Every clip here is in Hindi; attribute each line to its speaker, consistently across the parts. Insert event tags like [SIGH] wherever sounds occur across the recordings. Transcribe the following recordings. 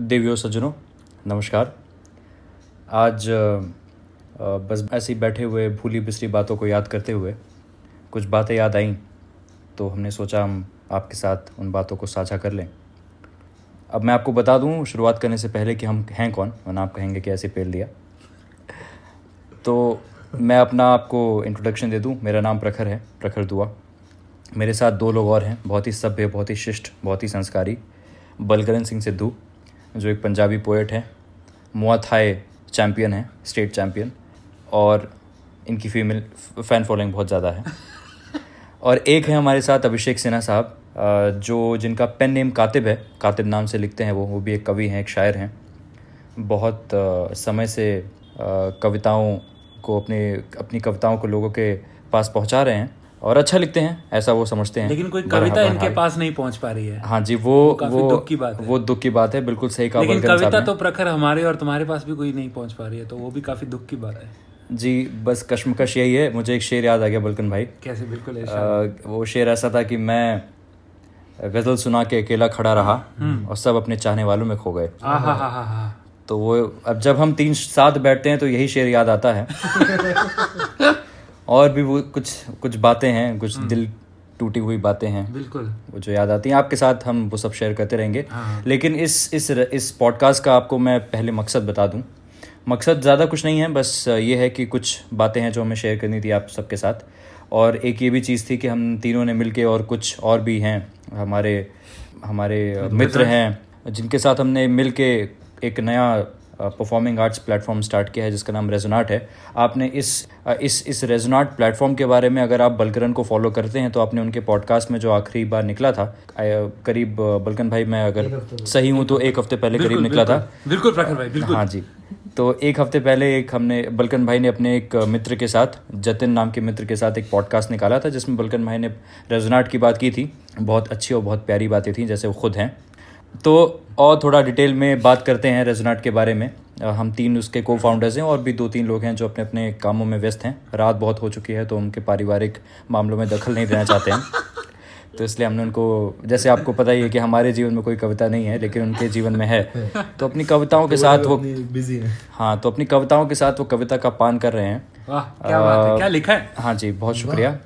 Speaker 1: देवियों सज्जनों नमस्कार आज अ, अ, बस ऐसे ही बैठे हुए भूली बिसरी बातों को याद करते हुए कुछ बातें याद आईं तो हमने सोचा हम आपके साथ उन बातों को साझा कर लें अब मैं आपको बता दूं शुरुआत करने से पहले कि हम हैं कौन वरना आप कहेंगे कि ऐसे पेल दिया तो मैं अपना आपको इंट्रोडक्शन दे दूं मेरा नाम प्रखर है प्रखर दुआ मेरे साथ दो लोग और हैं बहुत ही सभ्य बहुत ही शिष्ट बहुत ही संस्कारी बलकरण सिंह सिद्धू जो एक पंजाबी पोएट हैं मुआ थाए चैम्पियन हैं स्टेट चैम्पियन और इनकी फीमेल फैन फॉलोइंग बहुत ज़्यादा
Speaker 2: [LAUGHS]
Speaker 1: है और एक है हमारे साथ अभिषेक सिन्हा साहब अ, जो जिनका पेन नेम कातिब है कातिब नाम से लिखते हैं वो वो भी एक कवि हैं एक शायर हैं बहुत अ, समय से अ, कविताओं को अपने अपनी कविताओं को लोगों के पास पहुंचा रहे हैं और अच्छा लिखते हैं ऐसा वो समझते हैं
Speaker 2: लेकिन कोई
Speaker 1: बरहा-
Speaker 2: कविता इनके
Speaker 1: बरहाल।
Speaker 2: पास नहीं पहुंच पा रही है
Speaker 1: हाँ जी वो
Speaker 2: काफी
Speaker 1: वो
Speaker 2: दुख की बात है।
Speaker 1: वो दुख की बात है बिल्कुल सही कहा
Speaker 2: लेकिन
Speaker 1: बलकरण साहब
Speaker 2: कविता
Speaker 1: ने।
Speaker 2: तो प्रखर हमारे और तुम्हारे पास भी कोई नहीं पहुंच पा रही है तो वो भी काफी दुख की बात है
Speaker 1: जी बस कश्मकश यही है मुझे एक शेर याद आ गया बलकन भाई
Speaker 2: कैसे बिल्कुल ऐसा
Speaker 1: अ, वो शेर ऐसा था कि मैं गज़ल सुना के अकेला खड़ा रहा
Speaker 2: हम्म।
Speaker 1: और सब अपने चाहने वालों में खो गए
Speaker 2: आ हा हा हा हा
Speaker 1: तो वो अब जब हम तीन साथ बैठते हैं तो यही शेर याद आता
Speaker 2: [LAUGHS]
Speaker 1: है और भी वो कुछ कुछ बातें हैं कुछ
Speaker 2: हम्म।
Speaker 1: दिल टूटी हुई बातें हैं
Speaker 2: बिल्कुल
Speaker 1: वो जो याद आती हैं आपके साथ हम वो सब शेयर करते रहेंगे
Speaker 2: हाँ।
Speaker 1: लेकिन इस इस इस पॉडकास्ट का आपको मैं पहले मकसद बता दूं मकसद ज़्यादा कुछ नहीं है बस ये है कि कुछ बातें हैं जो हमें शेयर करनी थी आप सबके साथ और एक ये भी चीज़ थी कि हम तीनों ने मिलके और कुछ और भी हैं हमारे हमारे मित्र हैं जिनके साथ हमने मिलके एक नया परफॉर्मिंग आर्ट्स प्लेटफॉर्म स्टार्ट किया है जिसका नाम रेजोनाट है आपने इस अ, इस इस रेजोनाट प्लेटफॉर्म के बारे में अगर आप बलकरन को फॉलो करते हैं तो आपने उनके पॉडकास्ट में जो आखिरी बार निकला था अ, करीब अ, बलकन भाई मैं अगर सही हूँ तो एक हफ्ते पहले करीब निकला था
Speaker 2: बिल्कुल प्रखर भाई बिल्कुल
Speaker 1: हाँ जी तो एक हफ्ते पहले एक हमने बलकन भाई ने अपने एक मित्र के साथ जतिन नाम के मित्र के साथ एक पॉडकास्ट निकाला था जिसमें बलकन भाई ने रेजोनाट की बात की थी बहुत अच्छी और बहुत प्यारी बातें थी जैसे वो खुद हैं तो और थोड़ा डिटेल में बात करते हैं रेजोनाट के बारे में अ, हम तीन उसके को फाउंडर्स हैं और भी दो तीन लोग हैं जो अपने अपने कामों में व्यस्त हैं रात बहुत हो चुकी है तो उनके पारिवारिक मामलों में दखल नहीं देना चाहते हैं [LAUGHS] तो इसलिए हमने उनको जैसे आपको पता ही है कि हमारे जीवन में कोई कविता नहीं है लेकिन उनके जीवन में है तो अपनी कविताओं के साथ वो
Speaker 3: बिजी है
Speaker 1: हाँ तो अपनी कविताओं के साथ वो कविता का पान कर रहे हैं
Speaker 2: वाह क्या बात है क्या लिखा है
Speaker 1: हाँ जी बहुत शुक्रिया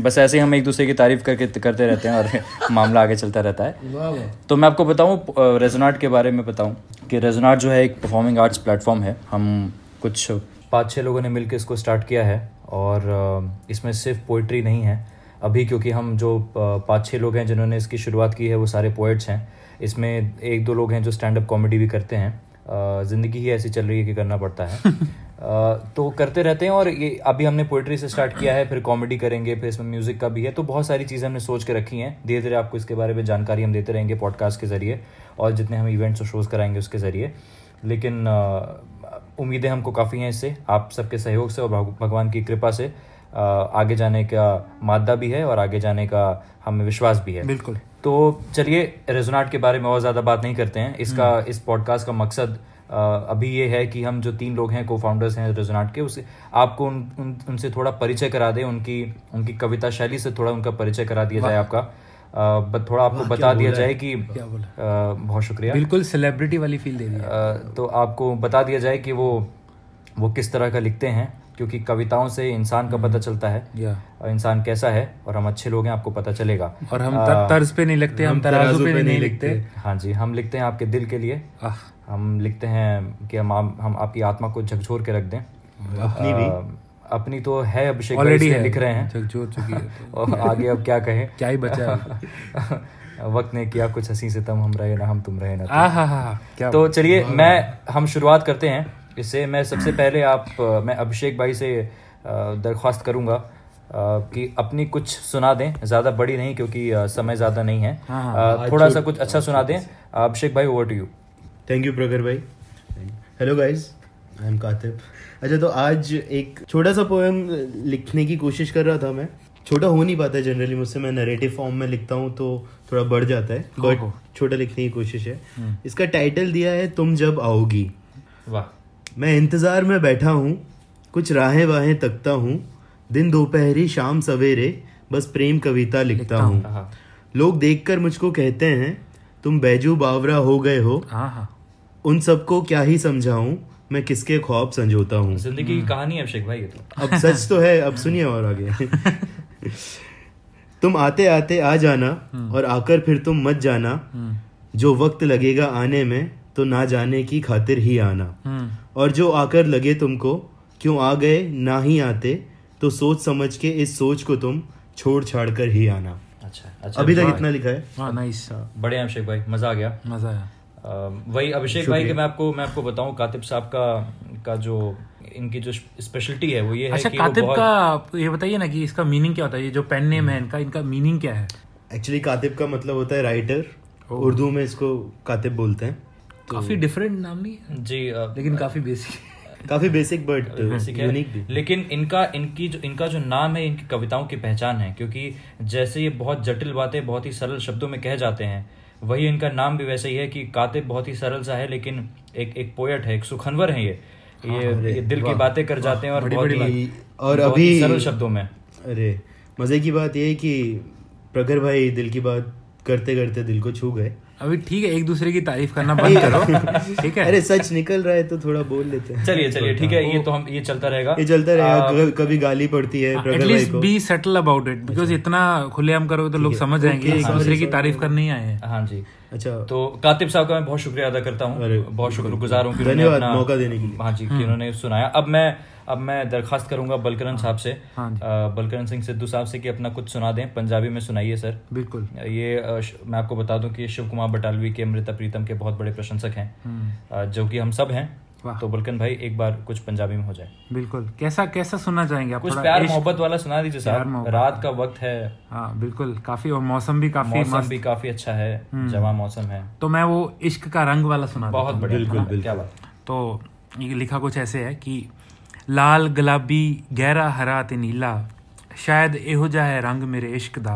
Speaker 1: बस ऐसे ही हम एक दूसरे की तारीफ करके करते रहते हैं और [LAUGHS] मामला आगे चलता रहता है
Speaker 3: वाह वाह
Speaker 1: तो मैं आपको बताऊं रेजोनाट के बारे में बताऊं कि रेजोनाट जो है एक परफॉर्मिंग आर्ट्स प्लेटफॉर्म है हम कुछ पाँच छः लोगों ने मिलकर इसको स्टार्ट किया है और अ, इसमें सिर्फ पोइट्री नहीं है अभी क्योंकि हम जो अ, पाँच छः लोग हैं जिन्होंने इसकी शुरुआत की है वो सारे पोइट्स हैं इसमें एक दो लोग हैं जो स्टैंड अप कॉमेडी भी करते हैं ज़िंदगी ही ऐसी चल रही है कि करना पड़ता है अ, तो करते रहते हैं और ये अभी हमने पोइट्री से स्टार्ट किया है फिर कॉमेडी करेंगे फिर इसमें म्यूज़िक का भी है तो बहुत सारी चीज़ें हमने सोच के रखी हैं धीरे धीरे आपको इसके बारे में जानकारी हम देते रहेंगे पॉडकास्ट के ज़रिए और जितने हम इवेंट्स और शोज़ कराएंगे उसके ज़रिए लेकिन अ, उम्मीदें हमको काफ़ी हैं इससे आप सबके सहयोग से और भग- भगवान की कृपा से अ, आगे जाने का मादा भी है और आगे जाने का हमें विश्वास भी है
Speaker 2: बिल्कुल
Speaker 1: तो चलिए रेजोनाट के बारे में और ज़्यादा बात नहीं करते हैं इसका
Speaker 2: हम्म।
Speaker 1: इस पॉडकास्ट का मकसद अ, अभी ये है कि हम जो तीन लोग हैं को फाउंडर्स हैं रेजोनाट के उसे आपको उन, उन उनसे थोड़ा परिचय करा दें उनकी उनकी कविता शैली से थोड़ा उनका परिचय करा दिया जाए आपका अ, बट थोड़ा आपको बता दिया जाए कि
Speaker 2: क्या बोला?
Speaker 1: अ, बहुत शुक्रिया
Speaker 2: बिल्कुल सेलिब्रिटी वाली फील दे रही है
Speaker 1: अ, तो आपको बता दिया जाए कि वो वो किस तरह का लिखते हैं क्योंकि कविताओं से इंसान का
Speaker 2: हम्म।
Speaker 1: पता चलता है
Speaker 2: या
Speaker 1: और इंसान कैसा है और हम अच्छे लोग हैं आपको पता चलेगा
Speaker 2: और हम तर- तर्ज पे नहीं लिखते हम तराजू पे नहीं लिखते
Speaker 1: हाँ जी हम लिखते हैं आपके दिल के लिए
Speaker 2: आह,
Speaker 1: हम लिखते हैं कि हम आप, हम आपकी आत्मा को झकझोर के रख दें अपनी भी अपनी तो है अभिषेक भाई,
Speaker 2: Already
Speaker 1: इसलिए
Speaker 2: है।
Speaker 1: लिख रहे हैं
Speaker 2: झकझोर चुकी है। तो।
Speaker 1: [LAUGHS] और आगे अब क्या कहें
Speaker 2: क्या ही बचा है
Speaker 1: [LAUGHS] वक्त ने किया कुछ हंसी से तम हम रहे ना हम तुम रहे ना
Speaker 2: आ हा हा क्या
Speaker 1: तो चलिए मैं हम शुरुआत करते हैं इससे मैं सबसे पहले आप अ, मैं अभिषेक भाई से अ, दरख्वास्त करूंगा अ, कि अपनी कुछ सुना दें ज़्यादा बड़ी नहीं क्योंकि अ, समय ज़्यादा नहीं है
Speaker 2: हाँ,
Speaker 1: अ, थोड़ा सा कुछ अच्छा सुना दें अभिषेक भाई over to you
Speaker 3: thank you Prakhar भाई hello guys I am Katib अच्छा तो आज एक छोटा सा पोएम लिखने की कोशिश कर रहा था मैं छोटा हो नहीं पाता जनरली मुझसे मैं नरेटिव फॉर्म में लिखता हूँ तो थोड़ा बढ़ जाता है बट छोटा लिखने की कोशिश है इसका टाइटल दिया है तुम जब आओगी
Speaker 1: वाह
Speaker 3: मैं इंतज़ार में बैठा हूँ कुछ राहें वाहें तकता हूँ दिन दोपहरी शाम सवेरे बस प्रेम कविता लिखता हूँ
Speaker 2: हम्म।
Speaker 3: लोग देखकर मुझको कहते हैं तुम बैजू बावरा हो गए हो
Speaker 2: हाँ हाँ
Speaker 3: उन सबको क्या ही समझाऊं मैं किसके ख्वाब संजोता हूँ
Speaker 1: जिंदगी
Speaker 2: हम्म।
Speaker 1: की कहानी है अभिषेक भाई ये तो
Speaker 3: अब सच तो है अब सुनिए और आगे [LAUGHS] तुम आते आते आ जाना और आकर फिर तुम मत जाना
Speaker 2: हम्म,
Speaker 3: जो वक्त लगेगा आने में तो ना जाने की खातिर ही आना
Speaker 2: हम्म।
Speaker 3: और जो आकर लगे तुमको क्यों आ गए ना ही आते तो सोच समझ के इस सोच को तुम छोड़ छाड़ कर ही आना
Speaker 1: अच्छा अच्छा
Speaker 3: अभी तक इतना लिखा है
Speaker 2: हाँ नाइस
Speaker 1: बड़े हैं अभिषेक भाई मज़ा आ गया
Speaker 2: मज़ा आया
Speaker 1: अ, वही अभिषेक भाई के मैं आपको मैं आपको बताऊं कातिब साहब का का जो इनकी जो स्पेशलिटी है वो ये है
Speaker 2: अच्छा
Speaker 1: कि वो
Speaker 2: कातिब
Speaker 1: बहुत
Speaker 2: का आप ये बताइए ना कि इसका मीनिंग क्या होता है ये जो पेन नेम है इनका इनका मीनिंग क्या है
Speaker 3: एक्चुअली कातिब का मतलब होता है राइटर उर्दू में इसको कातिब बोलते हैं
Speaker 1: तो-
Speaker 2: काफी डिफरेंट नाम नहीं है
Speaker 1: जी अ,
Speaker 2: लेकिन काफी बेसिक
Speaker 3: काफी बेसिक बट
Speaker 1: basic तो है।
Speaker 3: यूनिक हम्म, भी
Speaker 1: लेकिन इनका इनकी जो इनका जो नाम है इनकी कविताओं की पहचान है क्योंकि जैसे ये बहुत जटिल बातें बहुत ही सरल शब्दों में कह जाते हैं वही इनका नाम भी वैसे ही है कि कातिब बहुत ही सरल सा है लेकिन एक एक पोएट है एक सुखनवर है ये
Speaker 3: हाँ,
Speaker 1: ये, ये दिल की बातें कर जाते हैं और बहुत ही
Speaker 3: और
Speaker 1: बहुत
Speaker 3: अभी
Speaker 1: ही सरल शब्दों
Speaker 3: [LAUGHS]
Speaker 1: में
Speaker 3: अरे मजे की बात ये है कि प्रखर भाई दिल की बात करते करते दिल को छू गए
Speaker 2: अभी ठीक है एक दूसरे की तारीफ करना बंद करो
Speaker 3: [LAUGHS]
Speaker 2: ठीक है
Speaker 3: अरे सच निकल रहा है तो थोड़ा बोल लेते हैं
Speaker 1: चलिए चलिए ठीक है ये तो हम ये चलता रहेगा
Speaker 3: ये चलता रहेगा कभी- कभी गाली पड़ती
Speaker 2: हाँ,
Speaker 3: है प्रखर भाई
Speaker 2: एटलीस्ट
Speaker 3: को
Speaker 2: be settle about it because
Speaker 1: अच्छा।
Speaker 2: इतना खुलेआम करोगे तो लोग समझ जाएंगे एक दूसरे की तारीफ करने ही आए हैं
Speaker 1: हाँ जी
Speaker 3: अच्छा
Speaker 1: तो कातिब साहब का मैं बहुत शुक्रिया अदा करता
Speaker 3: अरे,
Speaker 1: हूँ बहुत शुक्रगुजार हूँ कि
Speaker 3: धन्यवाद,
Speaker 1: उन्होंने अपना-
Speaker 3: मौका देने के लिए।
Speaker 1: हाँ जी
Speaker 2: हम्म।
Speaker 1: कि उन्होंने सुनाया अब मैं अब मैं दरखास्त करूंगा बलकरण साहब से
Speaker 2: हाँ
Speaker 1: अ, बलकरण सिंह सिद्धू साहब से कि अपना कुछ सुना दें पंजाबी में सुनाइए सर
Speaker 2: बिल्कुल
Speaker 1: ये अ, श- मैं आपको बता दूं कि ये शिव कुमार बटालवी के अमृता प्रीतम के बहुत बड़े प्रशंसक हैं अ, जो कि हम सब हैं
Speaker 2: हम्म, वाह।
Speaker 1: तो बलकन भाई एक बार कुछ पंजाबी में हो जाए
Speaker 2: बिल्कुल कैसा कैसा सुनना चाहेंगे आप
Speaker 1: कुछ
Speaker 2: थोड़ा
Speaker 1: प्यार
Speaker 2: इश्क-
Speaker 1: मोहब्बत वाला सुना दीजिए
Speaker 2: प्यार
Speaker 1: साहब
Speaker 2: मोहब्बत।
Speaker 1: रात का वक्त है
Speaker 2: हाँ बिल्कुल काफी और मौसम भी काफी
Speaker 1: मौसम
Speaker 2: मस्त हम्म।
Speaker 1: भी काफी अच्छा है जवा मौसम है
Speaker 2: तो मैं वो इश्क का रंग वाला सुना
Speaker 1: बहुत बढ़िया
Speaker 3: बिल्कुल,
Speaker 1: हाँ, क्या बात
Speaker 2: तो ये लिखा कुछ ऐसे है कि ਲਾਲ ਗੁਲਾਬੀ ਗਹਿਰਾ ਹਰਾ ਤੇ ਨੀਲਾ ਸ਼ਾਇਦ ਇਹੋ ਜਿਹਾ ਹੈ ਰੰਗ ਮੇਰੇ ਇਸ਼ਕ ਦਾ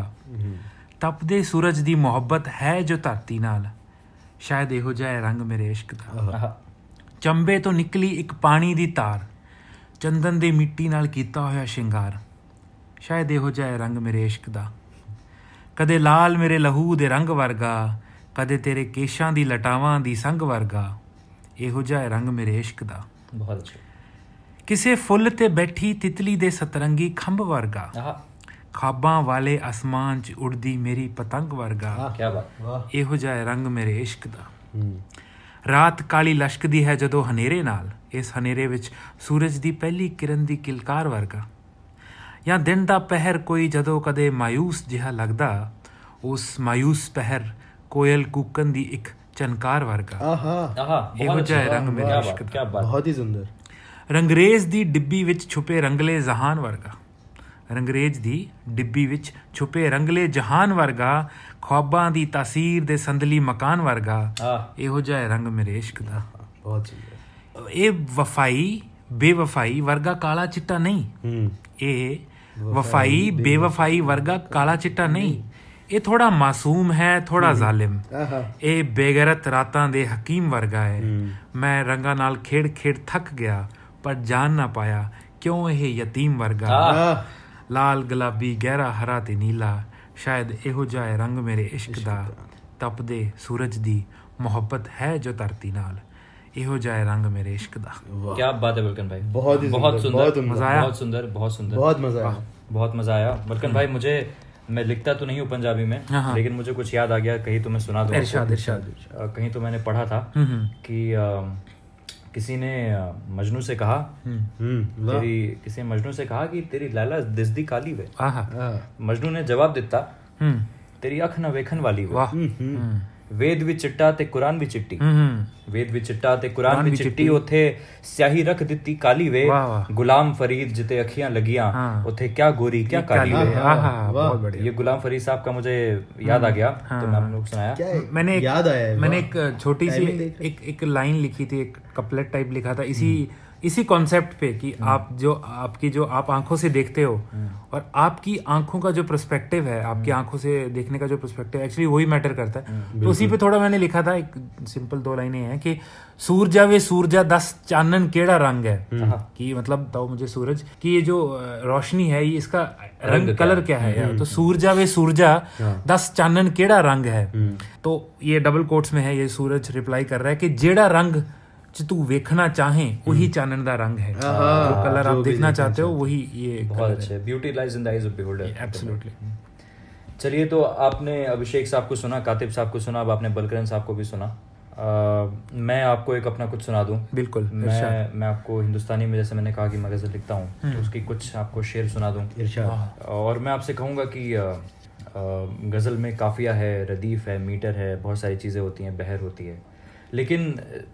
Speaker 2: ਤਪਦੇ ਸੂਰਜ ਦੀ ਮੁਹੱਬਤ ਹੈ ਜੋ ਧਰਤੀ ਨਾਲ ਸ਼ਾਇਦ ਇਹੋ ਜਿਹਾ ਹੈ ਰੰਗ ਮੇਰੇ ਇਸ਼ਕ ਦਾ
Speaker 1: आहा।
Speaker 2: ਚੰਬੇ ਤੋਂ ਨਿਕਲੀ ਇੱਕ ਪਾਣੀ ਦੀ ਤਾਰ ਚੰਦਨ ਦੀ ਮਿੱਟੀ ਨਾਲ ਕੀਤਾ ਹੋਇਆ ਸ਼ਿੰਗਾਰ ਸ਼ਾਇਦ ਇਹੋ ਜਿਹਾ ਹੈ ਰੰਗ ਮੇਰੇ ਇਸ਼ਕ ਦਾ ਕਦੇ ਲਾਲ ਮੇਰੇ ਲਹੂ ਦੇ ਰੰਗ ਵਰਗਾ ਕਦੇ ਤੇਰੇ ਕੇਸ਼ਾਂ ਦੀ ਲਟਾਵਾਂ ਦੀ ਸੰਗ ਵਰਗਾ ਇਹੋ ਜਿਹਾ ਹੈ ਰੰਗ ਮੇਰੇ ਇਸ਼ਕ ਦਾ
Speaker 1: बहुत अच्छा
Speaker 2: ਕਿਸੇ ਫੁੱਲ ਤੇ ਬੈਠੀ ਤਿਤਲੀ ਦੇ ਸਤਰੰਗੀ ਖੰਭ ਵਰਗਾ
Speaker 1: आहा।
Speaker 2: ਖਾਬਾਂ ਵਾਲੇ ਅਸਮਾਨ 'ਚ ਉੜਦੀ ਮੇਰੀ ਪਤੰਗ ਵਰਗਾ
Speaker 1: हाँ, क्या बात
Speaker 2: ਇਹੋ ਜਿਹਾ ਹੈ ਰੰਗ ਮੇਰੇ ਇਸ਼ਕ ਦਾ
Speaker 3: हम्म,
Speaker 2: ਰਾਤ ਕਾਲੀ ਲਸ਼ਕਦੀ ਹੈ ਜਦੋਂ ਹਨੇਰੇ ਨਾਲ ਇਸ ਹਨੇਰੇ ਵਿੱਚ ਸੂਰਜ ਦੀ ਪਹਿਲੀ ਕਿਰਨ ਦੀ ਕਿਲਕਾਰ ਵਰਗਾ ਜਾਂ ਦਿਨ ਦਾ ਪਹਿਰ ਕੋਈ ਜਦੋਂ ਕਦੇ ਮਾਇੂਸ ਜਿਹਾ ਲੱਗਦਾ ਉਸ ਮਾਇੂਸ ਪਹਿਰ ਕੋਇਲ ਕੂਕਣ ਦੀ ਇੱਕ ਚਨਕਾਰ ਵਰਗਾ
Speaker 3: आहा
Speaker 1: आहा,
Speaker 2: ਇਹੋ
Speaker 1: बहुत
Speaker 2: ਜਿਹਾ
Speaker 1: अच्छा।
Speaker 2: ਰੰਗ ਮੇਰੇ
Speaker 1: क्या बात
Speaker 2: इश्क दा।
Speaker 1: क्या बात
Speaker 3: बहुत ही सुंदर हाँ,
Speaker 2: ਰੰਗਰੇਜ਼ ਦੀ ਡਿੱਬੀ ਵਿੱਚ ਛੁਪੇ ਰੰਗਲੇ ਜਹਾਨ ਵਰਗਾ ਰੰਗਰੇਜ਼ ਦੀ ਡਿੱਬੀ ਵਿੱਚ ਛੁਪੇ ਰੰਗਲੇ ਜਹਾਨ ਵਰਗਾ ਖੁਆਬਾਂ ਦੀ ਤਾਸੀਰ ਦੇ ਸੰਦਲੀ ਮਕਾਨ ਵਰਗਾ
Speaker 1: आह,
Speaker 2: ਇਹੋ ਜਿਹਾ ਹੈ ਰੰਗ ਮੇਰੇ ਇਸ਼ਕ ਦਾ
Speaker 3: बहुत सुंदर
Speaker 2: ਇਹ ਵਫਾਈ ਬੇਵਫਾਈ ਵਰਗਾ ਕਾਲਾ ਚਿੱਟਾ ਨਹੀਂ
Speaker 3: हम्म
Speaker 2: ਇਹ ਵਫਾਈ ਬੇਵਫਾਈ ਵਰਗਾ ਕਾਲਾ ਚਿੱਟਾ ਨਹੀਂ ਇਹ ਥੋੜਾ ਮਾਸੂਮ ਹੈ ਥੋੜਾ ਜ਼ਾਲਿਮ
Speaker 3: आहा
Speaker 2: ਇਹ ਬੇਗੈਰਤ ਰਾਤਾਂ ਦੇ ਹਕੀਮ ਵਰਗਾ ਹੈ ਮੈਂ ਰੰਗਾਂ ਨਾਲ ਖੇਡ ਖੇਡ ਥੱਕ ਗਿਆ ਪਰ ਜਾਣ ਨਾ ਪਾਇਆ ਕਿਉਂ ਇਹ ਯਤੀਮ ਵਰਗਾ
Speaker 3: आह,
Speaker 2: ਲਾਲ ਗੁਲਾਬੀ ਗਹਿਰਾ ਹਰਾ ਤੇ ਨੀਲਾ ਸ਼ਾਇਦ ਇਹੋ ਜਿਹਾ ਹੈ ਰੰਗ ਮੇਰੇ ਇਸ਼ਕ ਦਾ ਤਪਦੇ ਸੂਰਜ ਦੀ ਮੁਹੱਬਤ ਹੈ ਜੋ ਧਰਤੀ ਨਾਲ ਇਹੋ ਜਿਹਾ ਹੈ ਰੰਗ ਮੇਰੇ ਇਸ਼ਕ ਦਾ
Speaker 3: वाह
Speaker 1: क्या बात है बलकन भाई
Speaker 3: बहुत ही
Speaker 1: बहुत
Speaker 3: सुंदर,
Speaker 1: सुंदर
Speaker 3: बहुत उम्दा।
Speaker 2: मजा आया?
Speaker 1: बहुत सुंदर बहुत सुंदर
Speaker 3: बहुत मजा आया
Speaker 1: बहुत मजा आया बलकन भाई मुझे मैं लिखता तो नहीं हूँ पंजाबी में
Speaker 2: हाँ, हाँ।
Speaker 1: लेकिन मुझे कुछ याद आ गया कहीं तो मैं सुना दूं
Speaker 2: इरशाद इरशाद
Speaker 1: आपको। अ, कहीं तो मैंने पढ़ा था
Speaker 3: हम्म,
Speaker 1: कि अ, किसी ने अ, मजनू से कहा
Speaker 3: हम्म वाह
Speaker 1: तेरी किसी ने मजनू से कहा कि तेरी लाला दिसदी काली वे
Speaker 2: ਆਹਾ
Speaker 3: आह,
Speaker 1: मजनू ने जवाब दिता
Speaker 2: ਹੂੰ
Speaker 1: तेरी अख न वेखन वाली वे
Speaker 2: ਵਾਹ ਹੂੰ ਹੂੰ
Speaker 3: हम्म।
Speaker 1: वेद भी चिट्टा ते कुरान भी चिट्टी
Speaker 2: ਹੂੰ
Speaker 1: ਵੇਦ ਵੀ ਚਿੱਟਾ ਤੇ ਕੁਰਾਨ ਵੀ ਚਿੱਟੀ ਉਥੇ ਸਿਆਹੀ ਰੱਖ ਦਿੱਤੀ ਕਾਲੀ ਵੇ
Speaker 2: ਵਾਹ, ਵਾਹ।
Speaker 1: ਗੁਲਾਮ ਫਰੀਦ ਜਿਤੇ ਅੱਖੀਆਂ ਲੱਗੀਆਂ
Speaker 2: ਹਾਂ।
Speaker 1: ਉਥੇ ਕਿਆ ਗੋਰੀ ਕਿਆ ਕਾਲੀ
Speaker 2: ਕਾਲੀ
Speaker 1: ਵੇ
Speaker 2: ਵੇ, ਆਹਾ ਬਹੁਤ ਬੜੀ
Speaker 1: ये गुलाम फरीद साहब का मुझे याद आ गया तो मैं आप लोग सुनाया
Speaker 3: क्या है?
Speaker 2: मैंने एक-
Speaker 3: याद आया है,
Speaker 2: मैंने
Speaker 3: वाह। हम्म।
Speaker 2: एक छोटी सी एक एक लाइन लिखी थी एक कपलेट टाइप लिखा था इसी इसी कॉन्सेप्ट पे कि आप जो आपकी जो आप आंखों से देखते हो
Speaker 3: हम्म।
Speaker 2: और आपकी आंखों का जो पर्सपेक्टिव है आपकी आंखों से देखने का जो पर्सपेक्टिव एक्चुअली वही मैटर करता है
Speaker 3: हम्म,
Speaker 2: तो उसी पे थोड़ा मैंने लिखा था एक सिंपल दो लाइनें हैं कि सूरजा वे सूरजा दस चानन केड़ा रंग है
Speaker 3: हम्म।
Speaker 2: कि मतलब बताओ मुझे सूरज कि ये जो अ, रोशनी है ये इसका रंग कलर क्या है यार? तो सूरजा वे सूरजा दस चानन केड़ा रंग है तो ये डबल कोट्स में है ये सूरज रिप्लाई कर रहा है कि जेड़ा रंग ਚ ਤੂੰ ਵੇਖਣਾ ਚਾਹੇ ਉਹੀ ਚਾਨਣ ਦਾ ਰੰਗ ਹੈ ਜੋ ਕਲਰ ਆਪ ਦੇਖਣਾ ਚਾਹਤੇ ਹੋ ਉਹੀ ਇਹ
Speaker 1: बहुत अच्छे beauty lies in the eyes of beholder
Speaker 2: absolutely
Speaker 1: चलिए तो आपने अभिषेक साहब को सुना कातिब साहब को सुना अब आपने बलकरण साहब को भी सुना अ, मैं आपको एक अपना कुछ सुना दूं
Speaker 2: बिल्कुल,
Speaker 1: मैं मैं आपको हिंदुस्तानी में जैसे मैंने कहा कि मैं गज़ल लिखता हूँ तो उसकी कुछ आपको शेर सुना दूं
Speaker 3: हम्म। इरशाद
Speaker 1: और मैं आपसे कहूँगा कि अ, अ, गज़ल में काफ़िया है रदीफ़ है मीटर है बहुत सारी चीज़ें होती हैं बहर होती है लेकिन अ,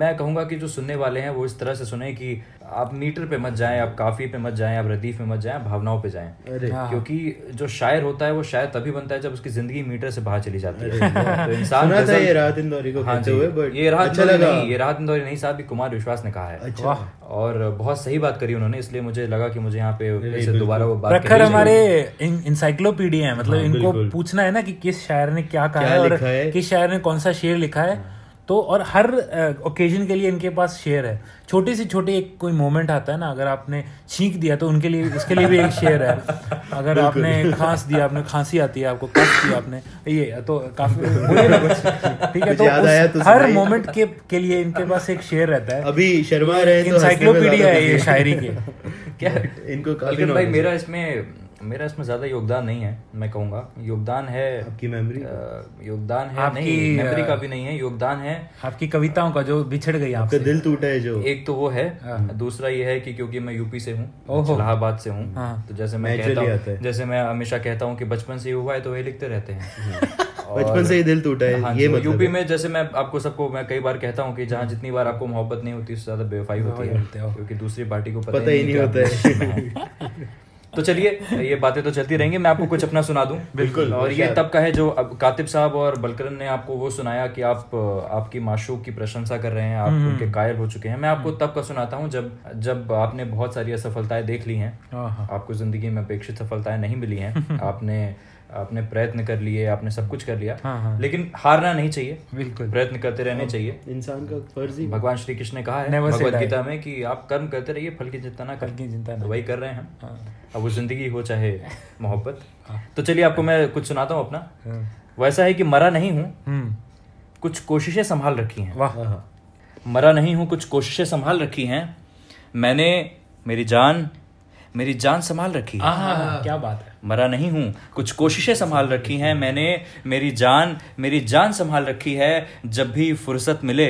Speaker 1: मैं कहूँगा कि जो सुनने वाले हैं वो इस तरह से सुने कि आप मीटर पे मत जाएं आप काफ़ी पे मत जाएं आप रदीफ़ पे मत जाएं आप भावनाओं पे जाएं
Speaker 3: अरे
Speaker 1: क्योंकि जो शायर होता है वो शायर तभी बनता है जब उसकी जिंदगी मीटर से बाहर चली जाती है तो इंसान
Speaker 3: सुना था
Speaker 1: गजल-
Speaker 3: ये राहत इंदौरी को
Speaker 1: हाँ
Speaker 3: कहते
Speaker 1: जी,
Speaker 3: हुए, but
Speaker 1: ये राहत
Speaker 3: अच्छा
Speaker 1: इंदौरी
Speaker 3: लगा।
Speaker 1: नहीं ये राहत इंदौरी नहीं साहब ये कुमार विश्वास ने कहा है
Speaker 3: अच्छा
Speaker 1: और बहुत सही बात करी उन्होंने इसलिए मुझे लगा कि मुझे यहाँ पे फिर से दोबारा वो बात
Speaker 2: प्रखर
Speaker 1: करनी
Speaker 2: हमारे
Speaker 1: चाहिए।
Speaker 2: इंसाइक्लोपीडिया है मतलब इनको पूछना है ना कि किस शायर ने क्या कहा
Speaker 3: हाँ, क्या
Speaker 2: है और
Speaker 3: लिखा है? हाँ।
Speaker 2: किस शायर ने कौन सा शेर लिखा है तो और हर ओकेजन के लिए इनके पास शेर है छोटी सी छोटी एक कोई मोमेंट आता है ना अगर आपने छींक दिया तो उनके लिए उसके लिए भी एक शेर
Speaker 3: [LAUGHS]
Speaker 2: है अगर आपने खांस दिया आपने खांसी आती है आपको कफ दिया आपने ये तो काफी
Speaker 3: [LAUGHS]
Speaker 2: बोलिए ना कुछ। ठीक है
Speaker 3: कुछ
Speaker 2: तो
Speaker 3: याद आया तो
Speaker 2: उस- हर
Speaker 3: सुनाइए।
Speaker 2: मोमेंट के के लिए
Speaker 3: [LAUGHS]
Speaker 2: इनके पास एक शेर रहता है
Speaker 3: अभी शर्मा रहे तो हंसने में
Speaker 2: इंसाइक्लोपीडिया
Speaker 3: ज्यादा
Speaker 2: है ये
Speaker 3: खुशी।
Speaker 2: शायरी की
Speaker 3: [LAUGHS]
Speaker 1: क्या
Speaker 3: इनको काफी
Speaker 1: लेकिन भाई
Speaker 3: knowledge
Speaker 1: मेरा इसमें मेरा इसमें ज्यादा योगदान नहीं है मैं कहूंगा योगदान है
Speaker 3: आपकी memory?
Speaker 1: हाँ। अ, योगदान है
Speaker 2: आपकी,
Speaker 1: नहीं मेमोरी
Speaker 2: अ,
Speaker 1: का भी नहीं है योगदान है
Speaker 2: आपकी कविताओं का जो बिछड़ गई
Speaker 3: आपका
Speaker 2: आपसे
Speaker 3: दिल टूटा है जो
Speaker 1: एक तो वो है दूसरा ये है कि क्योंकि मैं यूपी से हूँ
Speaker 2: हाँ। ओहो।
Speaker 1: इलाहाबाद से हूँ
Speaker 2: हाँ।
Speaker 1: तो जैसे मैं
Speaker 3: Naturally
Speaker 1: कहता
Speaker 3: आता
Speaker 1: हूँ
Speaker 3: है।
Speaker 1: जैसे मैं हमेशा कहता हूँ कि बचपन से ही हुआ है तो वही लिखते रहते हैं [LAUGHS] और-
Speaker 3: हाँ। बचपन से ही दिल टूटा है,
Speaker 1: हाँ
Speaker 3: ये
Speaker 1: जी,
Speaker 3: मतलब
Speaker 1: यूपी
Speaker 3: है।
Speaker 1: में जैसे मैं आपको सबको मैं कई बार कहता हूँ कि जहाँ जितनी बार आपको मोहब्बत नहीं होती उससे ज्यादा बेवफाई होती है
Speaker 2: होती है।
Speaker 1: क्योंकि दूसरी पार्टी को
Speaker 3: पता ही नहीं
Speaker 1: कि आप
Speaker 3: होता है।
Speaker 1: दुश्मन
Speaker 3: [LAUGHS]
Speaker 1: हैं। तो चलिए ये बातें तो चलती रहेंगी मैं आपको कुछ अपना सुना दूं
Speaker 3: बिल्कुल,
Speaker 1: और ये
Speaker 3: शायद।
Speaker 1: तब का है जो अब कातिब साहब और बलकरन ने आपको वो सुनाया कि आप अ, आपकी माशूक की प्रशंसा कर रहे हैं आप
Speaker 2: हम्म।
Speaker 1: उनके कायल हो चुके हैं मैं आपको तब का सुनाता हूँ जब जब आपने बहुत सारी असफलताएं देख ली हैं
Speaker 2: आहा।
Speaker 1: आपको जिंदगी में अपेक्षित सफलताएं नहीं मिली
Speaker 2: [LAUGHS]
Speaker 1: हैं आपने आपने प्रयत्न कर लिए आपने सब कुछ कर
Speaker 2: हाँ,
Speaker 1: लिया
Speaker 2: हाँ।
Speaker 1: लेकिन हारना नहीं चाहिए
Speaker 2: बिल्कुल। हाँ।
Speaker 1: प्रयत्न करते रहने चाहिए
Speaker 3: इंसान का फर्ज ही
Speaker 1: भगवान श्री कृष्ण ने कहा है
Speaker 2: Never say
Speaker 1: Bhagavad
Speaker 2: die.
Speaker 1: Gita में कि आप कर्म करते रहिए फल की चिंता ना करें
Speaker 2: फल की चिंता ना
Speaker 1: तो वही कर रहे हैं हम अब वो जिंदगी हो चाहे मोहब्बत तो चलिए आपको मैं कुछ सुनाता हूँ
Speaker 2: हाँ।
Speaker 1: अपना वैसा है कि मरा नहीं हूँ
Speaker 2: हम्म
Speaker 1: कुछ कोशिशें संभाल रखी हैं
Speaker 2: वाह
Speaker 1: मरा नहीं हूँ कुछ कोशिशें संभाल रखी हैं मैंने मेरी जान मेरी जान संभाल रखी है
Speaker 2: क्या बात है
Speaker 1: मरा नहीं हूँ कुछ कोशिशें संभाल रखी हैं मैंने मेरी जान मेरी जान संभाल रखी है जब भी फुर्सत मिले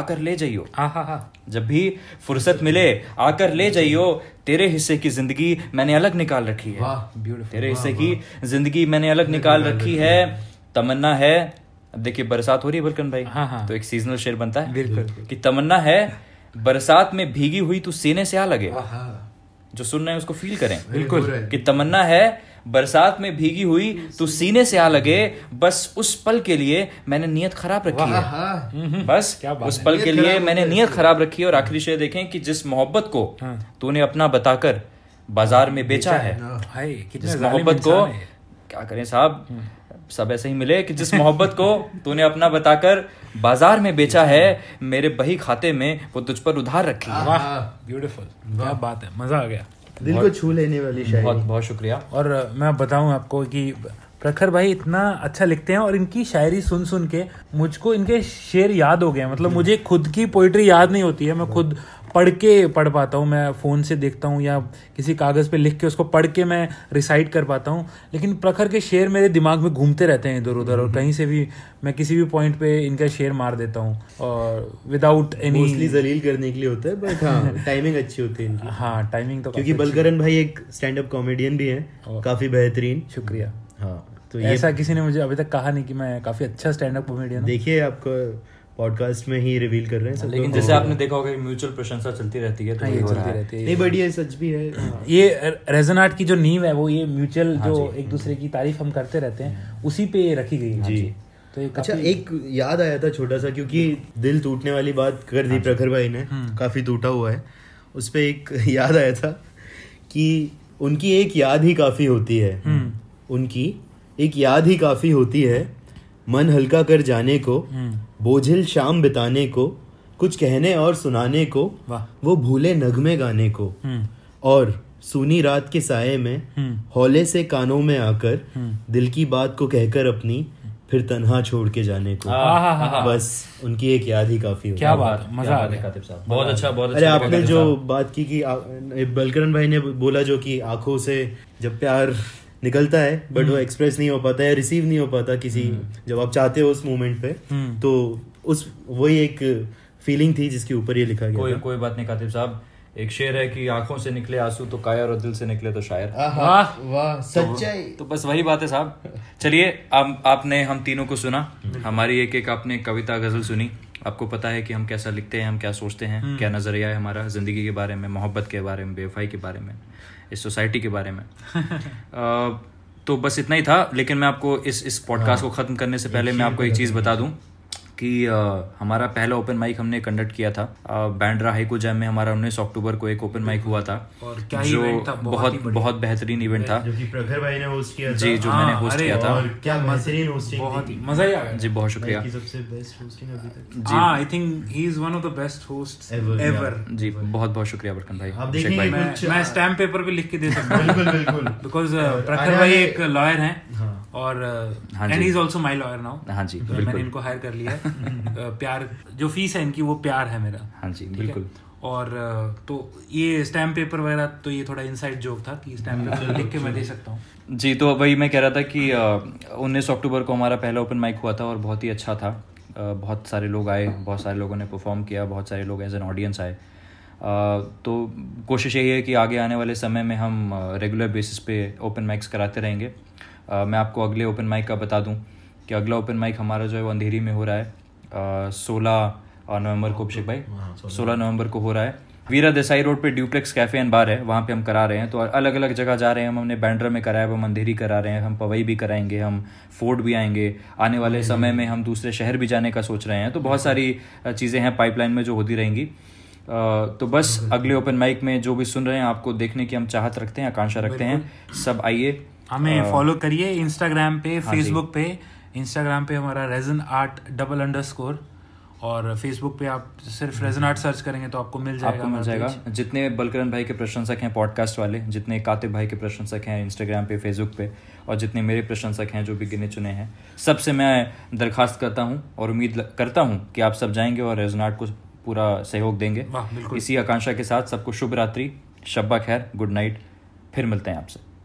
Speaker 1: आकर ले जाइयो
Speaker 2: आहा
Speaker 1: जब भी फुर्सत मिले आकर ले जाइयो तेरे हिस्से की जिंदगी मैंने अलग निकाल रखी है तेरे हिस्से की जिंदगी मैंने अलग निकाल रखी है तमन्ना है अब देखिए बरसात हो रही है बलकन भाई
Speaker 2: हाँ, हाँ।
Speaker 1: तो एक सीजनल शेर बनता है
Speaker 2: बिल्कुल।
Speaker 1: कि तमन्ना है बरसात में भीगी हुई तू सीने से आ लगे जो सुन रहे हैं उसको फील करें
Speaker 2: बिल्कुल
Speaker 1: कि तमन्ना है बरसात में भीगी हुई तू सीने से आ लगे बस उस पल के लिए मैंने नियत खराब रखी
Speaker 2: हम्म,
Speaker 1: है बस उस पल के लिए मैंने नियत हाँ। खराब रखी है और आखिरी शेर देखें कि जिस मोहब्बत को
Speaker 2: हाँ।
Speaker 1: तूने अपना बताकर बाजार में बेचा है
Speaker 2: हाय कितने
Speaker 1: जिस
Speaker 2: जालिम
Speaker 1: मोहब्बत को
Speaker 2: इंसान है। हम्म।
Speaker 1: क्या करें साहब सब ऐसे ही मिले कि जिस मोहब्बत को तूने अपना बताकर बाजार में बेचा है मेरे बही खाते में वो तुझ पर उधार रखी है
Speaker 2: वाह ब्यूटीफुल क्या बात है मजा आ गया
Speaker 3: दिल को छू लेने वाली
Speaker 1: बहुत
Speaker 3: शायरी
Speaker 1: बहुत शुक्रिया
Speaker 2: और अ, मैं बताऊं आपको कि प्रखर भाई इतना अच्छा लिखते हैं और इनकी शायरी सुन सुन के मुझको इनके शेर याद हो गए हैं। मतलब मुझे खुद की पोइट्री याद नहीं होती है मैं खुद पढ़ के पढ़ पाता हूँ मैं फ़ोन से देखता हूँ या किसी कागज़ पे लिख के उसको पढ़ के मैं रिसाइट कर पाता हूँ लेकिन प्रखर के शेर मेरे दिमाग में घूमते रहते हैं इधर उधर और कहीं से भी मैं किसी भी पॉइंट पे इनका शेर मार देता हूँ और विदाउट
Speaker 3: मोस्टली
Speaker 2: एनी
Speaker 3: जलील करने के लिए होता है बट हाँ टाइमिंग अच्छी होती है इनकी
Speaker 2: हाँ टाइमिंग तो
Speaker 3: क्योंकि बलकरन भाई एक स्टैंड अप कॉमेडियन भी है काफी बेहतरीन
Speaker 2: शुक्रिया
Speaker 3: हाँ तो ये
Speaker 2: ऐसा किसी ने मुझे अभी तक कहा नहीं कि मैं काफ़ी अच्छा स्टैंड अप कॉमेडियन
Speaker 3: देखिए आपको पॉडकास्ट में ही रिवील कर रहे हैं सब
Speaker 1: लेकिन
Speaker 2: तो
Speaker 3: लोग।
Speaker 1: जैसे आपने देखा होगा म्यूचुअल प्रशंसा चलती रहती है तो ये हो रहा
Speaker 2: हाँ, चलती
Speaker 1: है
Speaker 2: रहती है
Speaker 3: नहीं बट ये सच भी है हाँ।
Speaker 2: ये रेजन आर्ट की जो नींव है वो ये म्यूचुअल जो एक दूसरे की तारीफ हम करते रहते हैं उसी पे ये रखी गई है जी तो ये
Speaker 3: अच्छा
Speaker 2: काफी-
Speaker 3: एक याद आया था छोटा सा क्योंकि दिल टूटने वाली बात कर
Speaker 2: हाँ
Speaker 3: दी प्रखर भाई ने
Speaker 2: हम्म।
Speaker 3: काफी टूटा हुआ है उस पर एक [LAUGHS] याद आया था कि उनकी एक याद ही काफी होती है
Speaker 2: हम्म।
Speaker 3: उनकी एक याद ही काफी होती है मन हल्का कर जाने को
Speaker 2: हम्म
Speaker 3: बोझिल शाम बिताने को कुछ कहने और सुनाने को
Speaker 2: वाह
Speaker 3: वो भूले नगमे गाने को
Speaker 2: हम्म
Speaker 3: और सूनी रात के साये में
Speaker 2: हम्म
Speaker 3: हौले से कानों में आकर
Speaker 2: हम्म।
Speaker 3: दिल की बात को कहकर अपनी फिर तन्हा छोड़ के जाने को
Speaker 2: आहाहाहा।
Speaker 3: बस उनकी एक याद ही काफी होती
Speaker 2: क्या
Speaker 3: है।
Speaker 2: बात मजा आ गया
Speaker 1: कातिब साहब बहुत अच्छा बहुत
Speaker 3: अरे
Speaker 1: अच्छा
Speaker 3: आपने जो बात की कि आ- बलकरन भाई ने बोला जो कि आंखों से जब प्यार निकलता है बट
Speaker 1: हम्म।
Speaker 3: वो एक्सप्रेस नहीं हो पाता है रिसीव नहीं हो पाता किसी जब आप चाहते हो उस मोमेंट पे
Speaker 2: हम्म।
Speaker 3: तो उस वही एक फीलिंग थी जिसके ऊपर ये लिखा गया
Speaker 1: कोई कोई बात नहीं कातिब साहब एक शेर है कि आंखों से निकले आंसू तो कायर और दिल से निकले तो शायर
Speaker 2: वाह
Speaker 3: वाह सच्चाई
Speaker 1: तो बस वही बात है साहब चलिए आप आपने हम तीनों को सुना हमारी एक एक आपने कविता गजल सुनी आपको पता है कि हम कैसा लिखते हैं हम क्या सोचते
Speaker 2: हम्म।
Speaker 1: हैं क्या नजरिया है हमारा जिंदगी के बारे में मोहब्बत के बारे में बेवफाई के बारे में इस सोसाइटी के
Speaker 2: [LAUGHS]
Speaker 1: बारे में अ, तो बस इतना ही था लेकिन मैं आपको इस इस
Speaker 2: हाँ।
Speaker 1: पॉडकास्ट को ख़त्म करने से पहले मैं आपको एक चीज़ बता दूं कि अ, हमारा पहला ओपन माइक हमने कंडक्ट किया था अ, बैंड्रा हाइको जैम में हमारा उन्नीस अक्टूबर को एक ओपन माइक हुआ था
Speaker 2: और क्या ही
Speaker 1: जो
Speaker 2: event था, बहुत
Speaker 1: बहुत बहुत बेहतरीन इवेंट था
Speaker 3: जो कि प्रखर भाई ने होस्ट किया था
Speaker 1: जी जो
Speaker 2: हाँ,
Speaker 1: मैंने होस्ट
Speaker 2: अरे
Speaker 1: किया था
Speaker 3: और क्या बेहतरीन होस्टिंग
Speaker 2: बहुत ही मजा ही आ गया
Speaker 1: जी बहुत शुक्रिया
Speaker 3: की सबसे बेस्ट होस्टिंग अभी तक
Speaker 2: हाँ I think he is one of the best host
Speaker 3: Ever,
Speaker 2: ever
Speaker 1: जी बहुत बहुत शुक्रिया बरकन भाई
Speaker 3: आप
Speaker 1: अभिषेक
Speaker 3: देखेंगे
Speaker 1: भाई
Speaker 2: मैं
Speaker 3: कुछ-
Speaker 2: मैं स्टैम्प पेपर पे लिख के दे सकता हूँ
Speaker 3: बिल्कुल
Speaker 2: [LAUGHS]
Speaker 3: बिल्कुल
Speaker 2: बिकॉज
Speaker 3: और
Speaker 2: प्रखर
Speaker 3: आने
Speaker 2: भाई
Speaker 3: वाले-
Speaker 2: एक लॉयर हैं
Speaker 3: हाँ।
Speaker 2: और uh,
Speaker 1: हाँ
Speaker 2: एंड
Speaker 1: जी।
Speaker 2: He is also my lawyer now
Speaker 1: हाँ जी
Speaker 2: मैंने
Speaker 1: बिल्कुल
Speaker 2: इनको हायर
Speaker 1: [LAUGHS]
Speaker 2: कर लिया है अ, प्यार जो फीस है इनकी वो प्यार है मेरा
Speaker 1: हाँ जी
Speaker 2: ठीक है?
Speaker 1: बिल्कुल
Speaker 2: और अ, तो ये स्टैम्प पेपर वगैरह तो ये थोड़ा इनसाइड जोक था कि स्टैम्प
Speaker 1: [LAUGHS]
Speaker 2: पेपर लिख के मैं दे सकता हूँ
Speaker 1: जी तो वही मैं कह रहा था कि उन्नीस अक्टूबर को हमारा पहला ओपन माइक हुआ था और बहुत ही अच्छा था अ, बहुत सारे लोग आए बहुत सारे लोगों ने परफॉर्म किया बहुत सारे लोग एज एन ऑडियंस आए अ, तो कोशिश यही है कि आगे आने वाले समय में हम रेगुलर बेसिस पे ओपन माइक्स कराते रहेंगे अ, मैं आपको अगले ओपन माइक का बता दूं कि अगला ओपन माइक हमारा जो है वो अंधेरी में हो रहा है सोलह नवंबर को अभिषेक भाई सोलह नवंबर को हो रहा है वीरा देसाई रोड पे ड्यूप्लेक्स कैफे एंड बार है वहाँ पे हम करा रहे हैं तो अलग अलग जगह जा रहे हैं हम हमने बैंड्रा में कराया अब हम अंधेरी करा रहे हैं हम पवई भी कराएंगे हम फोर्ट भी आएंगे आने वाले समय में हम दूसरे शहर भी जाने का सोच रहे हैं तो बहुत सारी अ, चीज़ें हैं पाइपलाइन में जो होती रहेंगी अ, तो बस अगले ओपन माइक में जो भी सुन रहे हैं आपको देखने की हम चाहत रखते हैं आकांक्षा रखते हैं सब आइए हाँ।
Speaker 2: हमें फॉलो करिए इंस्टाग्राम पे फेसबुक पे इंस्टाग्राम पे हमारा रेजन आर्ट डबल अंडर और फेसबुक पे आप सिर्फ रेजन आर्ट सर्च करेंगे तो आपको मिल जाएगा
Speaker 1: आपको मिल
Speaker 2: हमारा
Speaker 1: जाएगा जितने बलकरण भाई के प्रशंसक हैं पॉडकास्ट वाले जितने कातिब भाई के प्रशंसक हैं इंस्टाग्राम पे फेसबुक पे और जितने मेरे प्रशंसक हैं जो भी गिने चुने हैं सबसे मैं दरखास्त करता हूँ और उम्मीद ल- करता हूँ कि आप सब जाएंगे और रेजनाट को पूरा सहयोग देंगे
Speaker 2: वाह, बिल्कुल।
Speaker 1: इसी आकांक्षा के साथ सबको शुभ रात्रि शब्बा खैर गुड नाइट फिर मिलते हैं आपसे